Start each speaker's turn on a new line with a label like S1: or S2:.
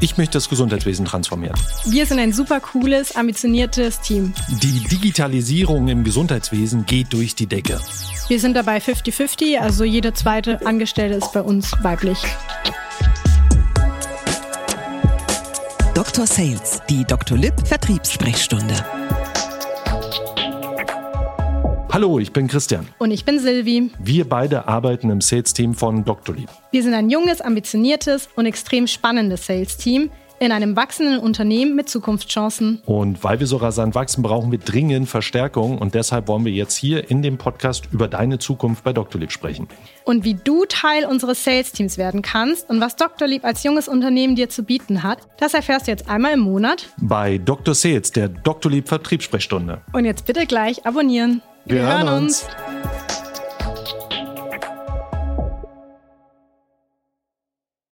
S1: Ich möchte das Gesundheitswesen transformieren.
S2: Wir sind ein super cooles, ambitioniertes Team.
S1: Die Digitalisierung im Gesundheitswesen geht durch die Decke.
S2: Wir sind dabei 50-50, also jede zweite Angestellte ist bei uns weiblich.
S3: Dr. Sales, die Dr. Lipp Vertriebssprechstunde.
S1: Hallo, ich bin Christian.
S2: Und ich bin Silvi.
S1: Wir beide arbeiten im Sales-Team von Doctolib.
S2: Wir sind ein junges, ambitioniertes und extrem spannendes Sales-Team in einem wachsenden Unternehmen mit Zukunftschancen.
S1: Und weil wir so rasant wachsen, brauchen wir dringend Verstärkung. Und deshalb wollen wir jetzt hier in dem Podcast über deine Zukunft bei Doctolib sprechen.
S2: Und wie du Teil unseres Sales-Teams werden kannst und was Doctolib als junges Unternehmen dir zu bieten hat, das erfährst du jetzt einmal im Monat.
S1: Bei Dr. Sales, der Doctolib Vertriebssprechstunde.
S2: Und jetzt bitte gleich abonnieren.
S1: Wir hören uns.